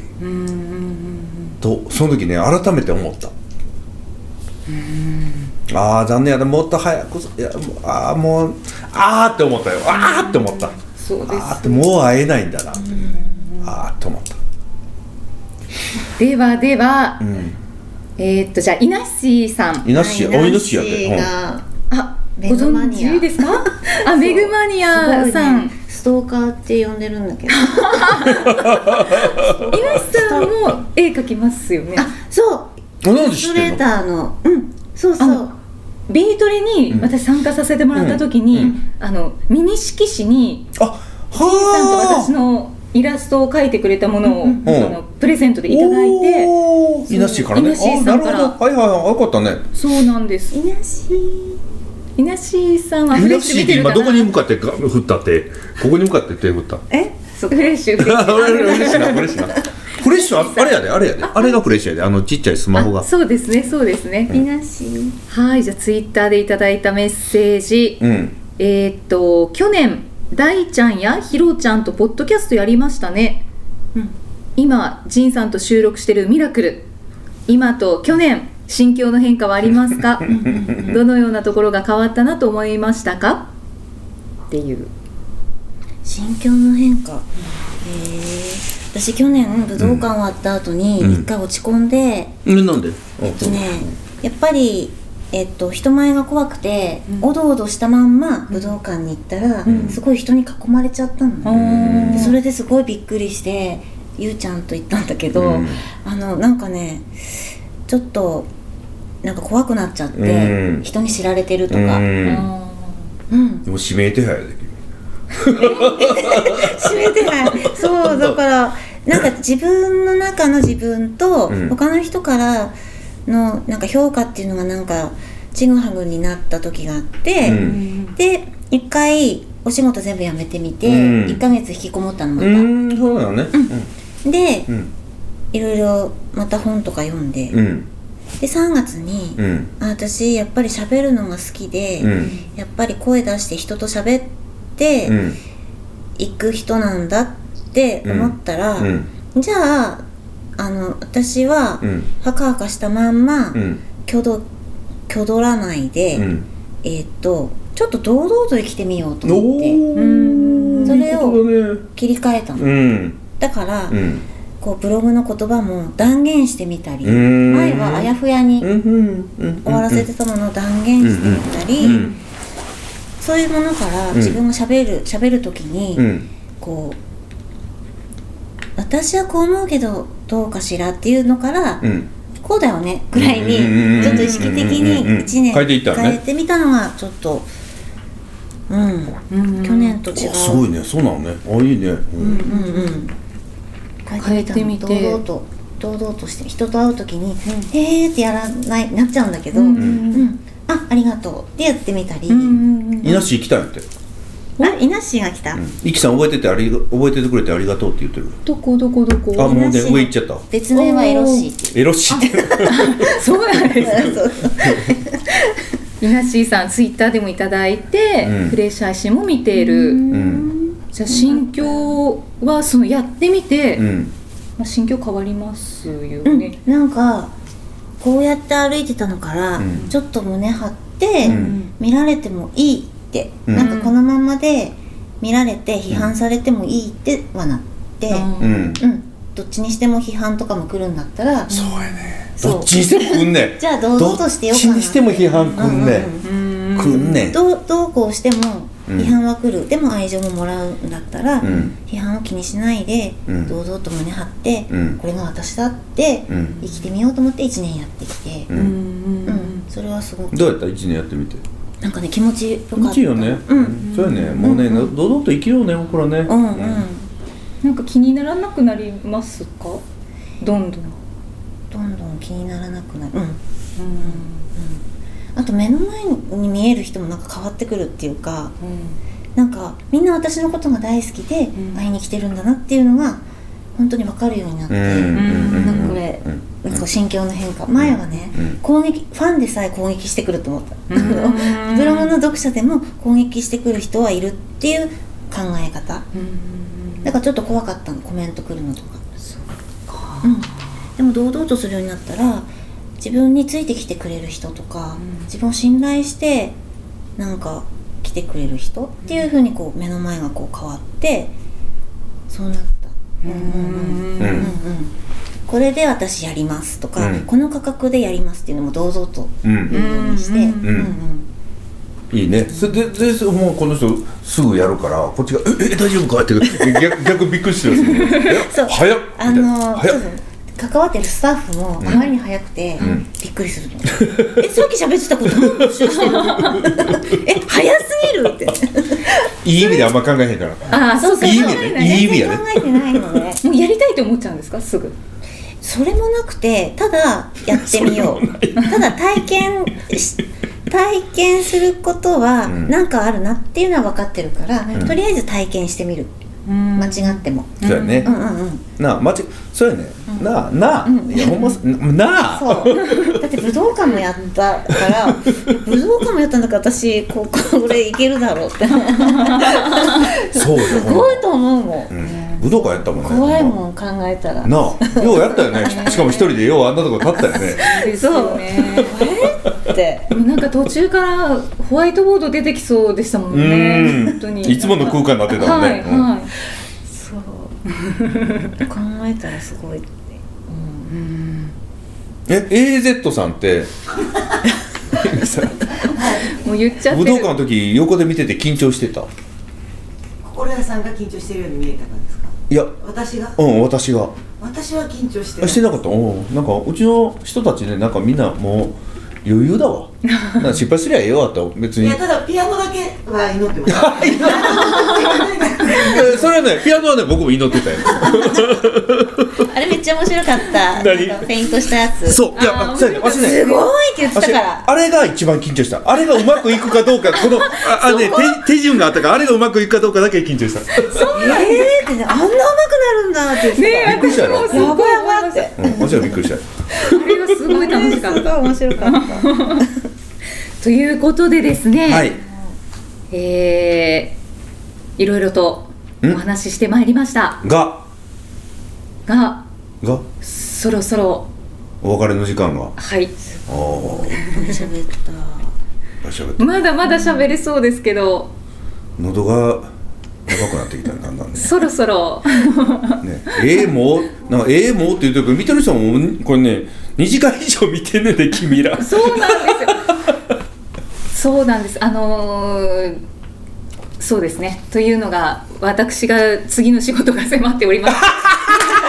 Speaker 4: とその時ね改めて思った。ああ残念やなもっと早くいやもうああもうああって思ったよああって思ったあ
Speaker 3: そうで
Speaker 4: あってもう会えないんだなああって思った
Speaker 3: すではでは、
Speaker 4: ん
Speaker 3: えーっとじゃあ稲椎さん
Speaker 4: いなしおいなしや
Speaker 5: で、
Speaker 4: で、うん、
Speaker 5: が
Speaker 3: あご
Speaker 5: メグマ
Speaker 3: 存
Speaker 5: ニア
Speaker 3: 知で
Speaker 4: [laughs]
Speaker 3: すかあメグマニ
Speaker 5: すご
Speaker 3: ア
Speaker 5: い
Speaker 3: さん、
Speaker 5: ねストーカーって呼んでるんだけど
Speaker 3: 稲椎さんも絵描きますよね
Speaker 5: あそう
Speaker 4: あなんで
Speaker 5: ス
Speaker 4: 知
Speaker 5: ト
Speaker 4: ってん
Speaker 5: レー
Speaker 4: の
Speaker 5: ターのうんそうそ
Speaker 3: あ
Speaker 5: う
Speaker 3: のビートレに私参加させてもらった時に、あのミニ色紙に
Speaker 4: あ
Speaker 3: さんと私
Speaker 4: はあ
Speaker 3: のイラストを描いてくれたものを、
Speaker 4: うん
Speaker 3: あのプレゼントでいただいて
Speaker 4: おーいなしからね
Speaker 3: いなし
Speaker 4: あ
Speaker 3: さ
Speaker 4: なんる
Speaker 3: から
Speaker 4: ほどはいはいはいよかったね
Speaker 3: そうなんです
Speaker 5: いなし
Speaker 3: 稲椎さんはいフレッ
Speaker 4: な
Speaker 3: シ
Speaker 4: し
Speaker 3: ュ見
Speaker 4: ってて
Speaker 3: るか
Speaker 4: 今
Speaker 3: な
Speaker 4: どこに向かってが振ったってここに向かって手振った
Speaker 5: え
Speaker 3: そうフレッシュフレッシュ
Speaker 4: [laughs] 嬉しいな嬉しいなフレッシュああれやであれやであれがフレッシュやであのちっちゃいスマホが
Speaker 3: あそうですねそうですね、
Speaker 5: いなし
Speaker 3: はいじゃあツイッターでいただいたメッセージ、
Speaker 4: うん
Speaker 3: えーっと去年大ちゃんやひろちゃんとポッドキャストやりましたね、
Speaker 5: うん
Speaker 3: 今ジンさんと収録してるミラクル今と去年心境の変化はありますかどのようなところが変わったなと思いましたかっていう
Speaker 5: 心境の変化へえ私去年武道館終わった後に
Speaker 4: うん
Speaker 5: 一回落ち込んで、
Speaker 4: えなんで
Speaker 5: えっとねやっぱりえっと、人前が怖くて、おどおどしたまんま武道館に行ったら、すごい人に囲まれちゃったの、でそれですごいびっくりしてゆうちゃんと行ったんだけど、
Speaker 4: うん
Speaker 5: あのなんかねちょっとなんか怖くなっちゃって、
Speaker 4: うん
Speaker 5: 人に知られてると
Speaker 4: う
Speaker 5: か、うん
Speaker 4: んでも指名手配やで君
Speaker 5: 閉めてないそうだからなんか自分の中の自分と
Speaker 4: うん
Speaker 5: 他の人からのなんか評価っていうのがなんかちぐはぐになった時があって、で一回お仕事全部辞めてみて、
Speaker 4: うん
Speaker 5: 1ヶ月引きこもったのま
Speaker 4: う
Speaker 5: た、
Speaker 4: んそうなのね
Speaker 5: で、
Speaker 4: ん
Speaker 5: いろいろまた本とか読んで、
Speaker 4: う
Speaker 5: で
Speaker 4: ん
Speaker 5: 3月に、
Speaker 4: うん
Speaker 5: あ私やっぱり喋るのが好きで、
Speaker 4: うん
Speaker 5: やっぱり声出して人と喋って
Speaker 4: うん
Speaker 5: 行く人なんだって思ったら、
Speaker 4: うん
Speaker 5: じゃああの私は、
Speaker 4: うん
Speaker 5: はかはかしたまんま、
Speaker 4: うん
Speaker 5: きょどきょどらないで、
Speaker 4: うん
Speaker 5: えーっとちょっと堂々と生きてみようと思って
Speaker 4: お
Speaker 3: うん
Speaker 4: お
Speaker 5: それを
Speaker 4: ね
Speaker 5: 切り替えたの、
Speaker 4: うん
Speaker 5: だから、
Speaker 4: うん
Speaker 5: こうブログの言葉も断言してみたり、
Speaker 4: うん
Speaker 5: 前はあやふやに
Speaker 4: うんうんうん
Speaker 5: 終わらせてたものを断言してみたり、
Speaker 4: うん
Speaker 5: そういうものから
Speaker 4: ん
Speaker 5: 自分がしゃべるしゃべる時に、
Speaker 4: うん
Speaker 5: こう私はこう思うけどどうかしらっていうのから、
Speaker 4: うん
Speaker 5: こうだよねぐらい
Speaker 4: うんうんうんう
Speaker 5: に
Speaker 4: ん
Speaker 5: ちょっと意識的
Speaker 4: うんうんうん
Speaker 5: に1年
Speaker 4: 変えていったのね
Speaker 5: 変えてみたのがちょっとうん、去年と違う
Speaker 4: あすごいねそうなのねあいいねうん
Speaker 5: うんうん
Speaker 3: 変えてみて
Speaker 5: 堂々と堂々として人と会う時に「へえ」ってやらないなっちゃうんだけど「うん、あありがとう」ってやってみたり、
Speaker 4: いなし行きたいって
Speaker 5: あイナッシーが来た、
Speaker 4: いきさん覚えててありが覚えててくれてありがとうって言ってる
Speaker 3: どこどこどこ
Speaker 4: あもう
Speaker 5: イナ
Speaker 4: ね
Speaker 5: シが
Speaker 4: 上行っちゃった
Speaker 5: 別名はエロシーって
Speaker 4: エロシって
Speaker 3: そうなんです
Speaker 5: いうそうそう
Speaker 3: イナシーさんツイッターでもいただいて、
Speaker 4: うん
Speaker 3: フレッシュ配信も見ている、
Speaker 4: うん
Speaker 3: じゃあ心境はそのやってみて、
Speaker 4: うん
Speaker 3: まあ、心境変わりますよ
Speaker 5: うん
Speaker 3: ね、
Speaker 5: なんかこうやって歩いてたのから、
Speaker 4: うん
Speaker 5: ちょっと胸張って、
Speaker 4: うん
Speaker 5: 見られてもいいって、
Speaker 4: うん
Speaker 5: なんかこのままで見られて批判されてもいいってはなって、
Speaker 3: あー
Speaker 4: うん
Speaker 5: うん、どっちにしても批判とかも来るんだったらそうやね
Speaker 4: どっちにしても来んね
Speaker 5: じゃあ堂々としてよかな
Speaker 4: どっちにしても批判来んね
Speaker 5: うんうん
Speaker 3: うん
Speaker 4: 来んね
Speaker 5: どうどうこうしても
Speaker 4: うん
Speaker 5: 批判は来る、でも愛情ももらうんだったら、
Speaker 4: うん
Speaker 5: 批判を気にしないで、
Speaker 4: うん
Speaker 5: 堂々と胸張って、
Speaker 4: うん
Speaker 5: これが私だって、
Speaker 4: うん
Speaker 5: 生きてみようと思って1年やってきて、
Speaker 4: う
Speaker 3: うんん
Speaker 5: うんそれはすごく
Speaker 4: どうやった一年やってみて
Speaker 5: なんかね気持ちよかった
Speaker 4: 気持ちいいよね
Speaker 5: うん
Speaker 4: そうやねもうね
Speaker 5: うんう
Speaker 4: 堂々と生きようね僕らね
Speaker 5: うんうん、
Speaker 3: なんか気にならなくなりますかどんどん、
Speaker 5: どんどん気にならなくなる、うん、あと目の前に見える人もなんか変わってくるっていうかなんかみんな私のことが大好きで
Speaker 3: ん
Speaker 5: 会いに来てるんだなっていうのが本当に分かるようになって、なんかこれ、なんか心境の変化前はね、攻撃ファンでさえ攻撃してくると思った、
Speaker 3: ん
Speaker 5: [laughs] ブログの読者でも攻撃してくる人はいるっていう考え方だからちょっと怖かったのコメント来るのとかうん、でも堂々とするようになったら自分についてきてくれる人とか、自分を信頼してなんか来てくれる人っていうふうにこう目の前がこう変わってそうなったうんうんうん
Speaker 4: うん
Speaker 5: うんうんこれで私やりますとか、
Speaker 4: うん
Speaker 5: この価格でやりますっていうのも堂々と
Speaker 4: うん
Speaker 5: 言うようにして、
Speaker 3: うん
Speaker 4: うんいいねそれででそもうこの人すぐやるからこっちが「ええ大丈夫か?」って逆 [laughs] 逆びっくりしてるんですよ
Speaker 5: [laughs]
Speaker 4: ねえ
Speaker 5: そう
Speaker 4: 早っ
Speaker 5: あ
Speaker 4: みたいな
Speaker 5: の
Speaker 4: 早っ
Speaker 5: そうそう関わってるスタッフもあまりに早くて、
Speaker 4: ん
Speaker 5: びっくりするの、えさっき喋ってたことどんどんしてる
Speaker 4: [laughs]
Speaker 5: え早すぎるって
Speaker 4: いい意味であんま考えへんから
Speaker 3: ああそうか
Speaker 4: いい意
Speaker 3: 考
Speaker 4: 味
Speaker 3: え
Speaker 4: で
Speaker 3: ない
Speaker 4: ねいい意味やね
Speaker 5: 考えてないのね
Speaker 3: もうやりたいと思っちゃうんですかすぐ
Speaker 5: それもなくてただやってみようただ体験し体験することは
Speaker 4: ん
Speaker 5: なんかあるなっていうのは分かってるから、とりあえず体験してみる間違っても、
Speaker 4: そうやね
Speaker 5: うん、うんうん
Speaker 4: なあ間違そうやね、なあなあ、いやほんまそなあ
Speaker 5: そうだって武道館もやったから武道館もやったんだから私ここれいけるだろうって
Speaker 4: そうよ
Speaker 5: すごいと思うもん、
Speaker 4: うん武道館やったもんね
Speaker 5: 怖いもん考えたら
Speaker 4: なあようやったよねしかも一人でようあんなとこ立ったよね
Speaker 3: ですよね
Speaker 5: って
Speaker 3: でもなんか途中からホワイトボード出てきそうでしたもんね
Speaker 4: うん
Speaker 3: 本当に
Speaker 4: いつもの空間になってたもん
Speaker 3: は
Speaker 4: ね
Speaker 3: い、は
Speaker 5: そう考えたらすごい
Speaker 4: え AZ さんって
Speaker 3: いもう言っちゃって
Speaker 4: 武
Speaker 3: る
Speaker 4: 道館の時横で見てて緊張してた
Speaker 6: 心屋さんが緊張してるように見えたからですか
Speaker 4: いや
Speaker 6: 私が
Speaker 4: うん私が
Speaker 6: 私は緊張して
Speaker 4: あ
Speaker 6: る
Speaker 4: してなかったうんなんかうちの人たちねなんかみんなもう余裕だわなんか失敗すりゃええわと別
Speaker 6: い
Speaker 4: に
Speaker 6: やただピアノだけは祈ってます [laughs]
Speaker 4: えそれはねピアノはね僕も祈ってたよ
Speaker 5: あれめっちゃ面白かったなんか
Speaker 4: 何
Speaker 5: フェイントしたやつ
Speaker 4: そういやあそうやねわしね
Speaker 5: すごいって言ってたから
Speaker 4: あれが一番緊張したあれがうまくいくかどうかこの [laughs] ああ、ね、手手順があったからあれがうまくいくかどうかだけ緊張した
Speaker 5: えーってねあんな上手くなるんだって言って
Speaker 3: ね
Speaker 4: びっくりしたやろ
Speaker 3: えやばいやばいって
Speaker 4: うん、もちろんびっくりした
Speaker 3: あれはすごい楽しかった
Speaker 5: すごい面
Speaker 4: [laughs]
Speaker 5: 白かった
Speaker 3: ということでですね、
Speaker 4: はい
Speaker 3: えーいろいろとお話ししてまいりました
Speaker 4: が
Speaker 3: が
Speaker 4: が
Speaker 3: そろそろ
Speaker 4: お別れの時間が
Speaker 3: はい
Speaker 4: ああ
Speaker 5: 喋った
Speaker 4: 喋って
Speaker 3: まだまだ喋れそうですけど
Speaker 4: 喉がやばくなってきたねだんだんね
Speaker 3: そろ
Speaker 4: [laughs]
Speaker 3: そろ
Speaker 4: ねええもうなんかええもうっていうとこ見てる人もうんこれね2時間以上見てんねんで君ら
Speaker 3: そうなんですよそうなんですあのーそうですねというのが私が次の仕事が迫ってお
Speaker 4: [laughs]
Speaker 3: ります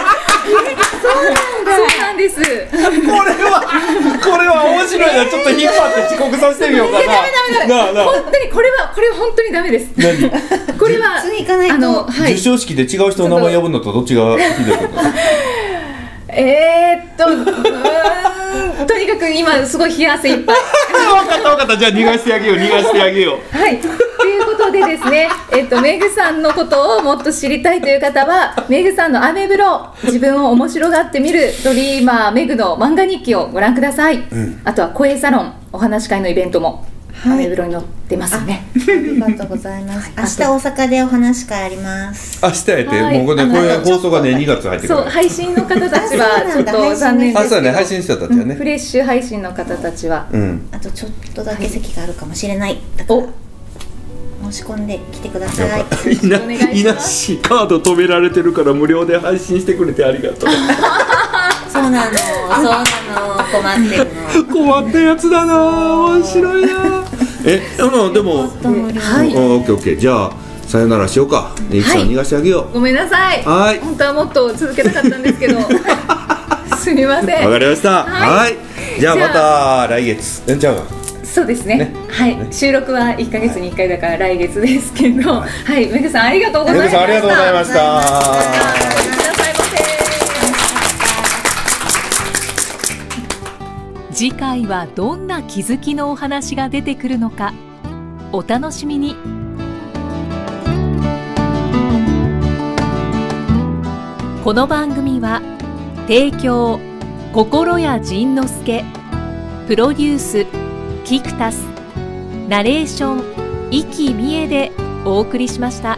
Speaker 3: そうなんですそうなんです
Speaker 4: これはこれは面白いなちょっと引っ張って遅刻させてみようかななあなあ
Speaker 3: 本当にこれはこれは本当にダメです。これは
Speaker 5: 次行かないと
Speaker 3: あのはい
Speaker 4: 授。賞式で違う人の名前呼ぶのとどっちがひどい [laughs] こと
Speaker 3: えー、っと [laughs] うーんとにかく今すごい冷や汗いっぱい。
Speaker 4: 分かった分かったじゃあ逃がしてあげよう逃がしてあげよう
Speaker 3: はい。ということでですね、えっとメグさんのことをもっと知りたいという方はメグさんのアメブロ自分を面白がってみるドリーマーメグの漫画日記をご覧ください。あとは声サロンお話し会のイベントも。
Speaker 5: はい
Speaker 3: アメブロに載ってますね。
Speaker 5: ありがとうございます明日大阪でお話会あります
Speaker 4: 明日やって、
Speaker 3: はい
Speaker 4: もうこれ,、ね、これ放送がね
Speaker 5: あ
Speaker 4: 2月入ってく
Speaker 3: そう
Speaker 4: る
Speaker 3: 配信の方たちはちょっと残念です
Speaker 4: あ
Speaker 3: け
Speaker 4: そ
Speaker 3: ど。
Speaker 4: うやね配信者たちは
Speaker 3: フ
Speaker 4: ね
Speaker 3: レッシュ配信の方たちは、
Speaker 4: うん
Speaker 5: あとちょっとだけ席があるかもしれない、だから
Speaker 3: お
Speaker 5: 申し込んで来てください
Speaker 4: い
Speaker 3: お願いします
Speaker 4: しカード止められてるから無料で配信してくれてありがとう
Speaker 5: そうなのそうなの困ってるの
Speaker 4: 困ったやつだな面白いなえあのでも
Speaker 3: は
Speaker 4: あオッケーオッケーじゃあさよならしようかでいきさん逃がしてあげよ
Speaker 3: ごめんなさい。
Speaker 4: はい
Speaker 3: 本当はもっと続けたかったんで
Speaker 4: [laughs]
Speaker 3: すけど、すみま
Speaker 4: う
Speaker 3: せ
Speaker 4: わ、か
Speaker 3: ん。
Speaker 4: りました
Speaker 3: は
Speaker 4: はいじゃあ
Speaker 3: じゃ
Speaker 4: また
Speaker 3: あ
Speaker 4: 来月えじゃあ
Speaker 3: そうですね。はい、収録は一ヶ月に一回だから来月ですけど、はい、めぐさんありがとうござい
Speaker 4: め
Speaker 3: ま
Speaker 4: ぐ
Speaker 3: した。
Speaker 4: さんありがとうございま
Speaker 3: あ
Speaker 4: した
Speaker 3: ーごめんなさいませ。
Speaker 1: 次回はどんな気づきのお話が出てくるのかお楽しみにこの番組は提供心谷仁之助プロデュースキクタスナレーション生きみえでお送りしました。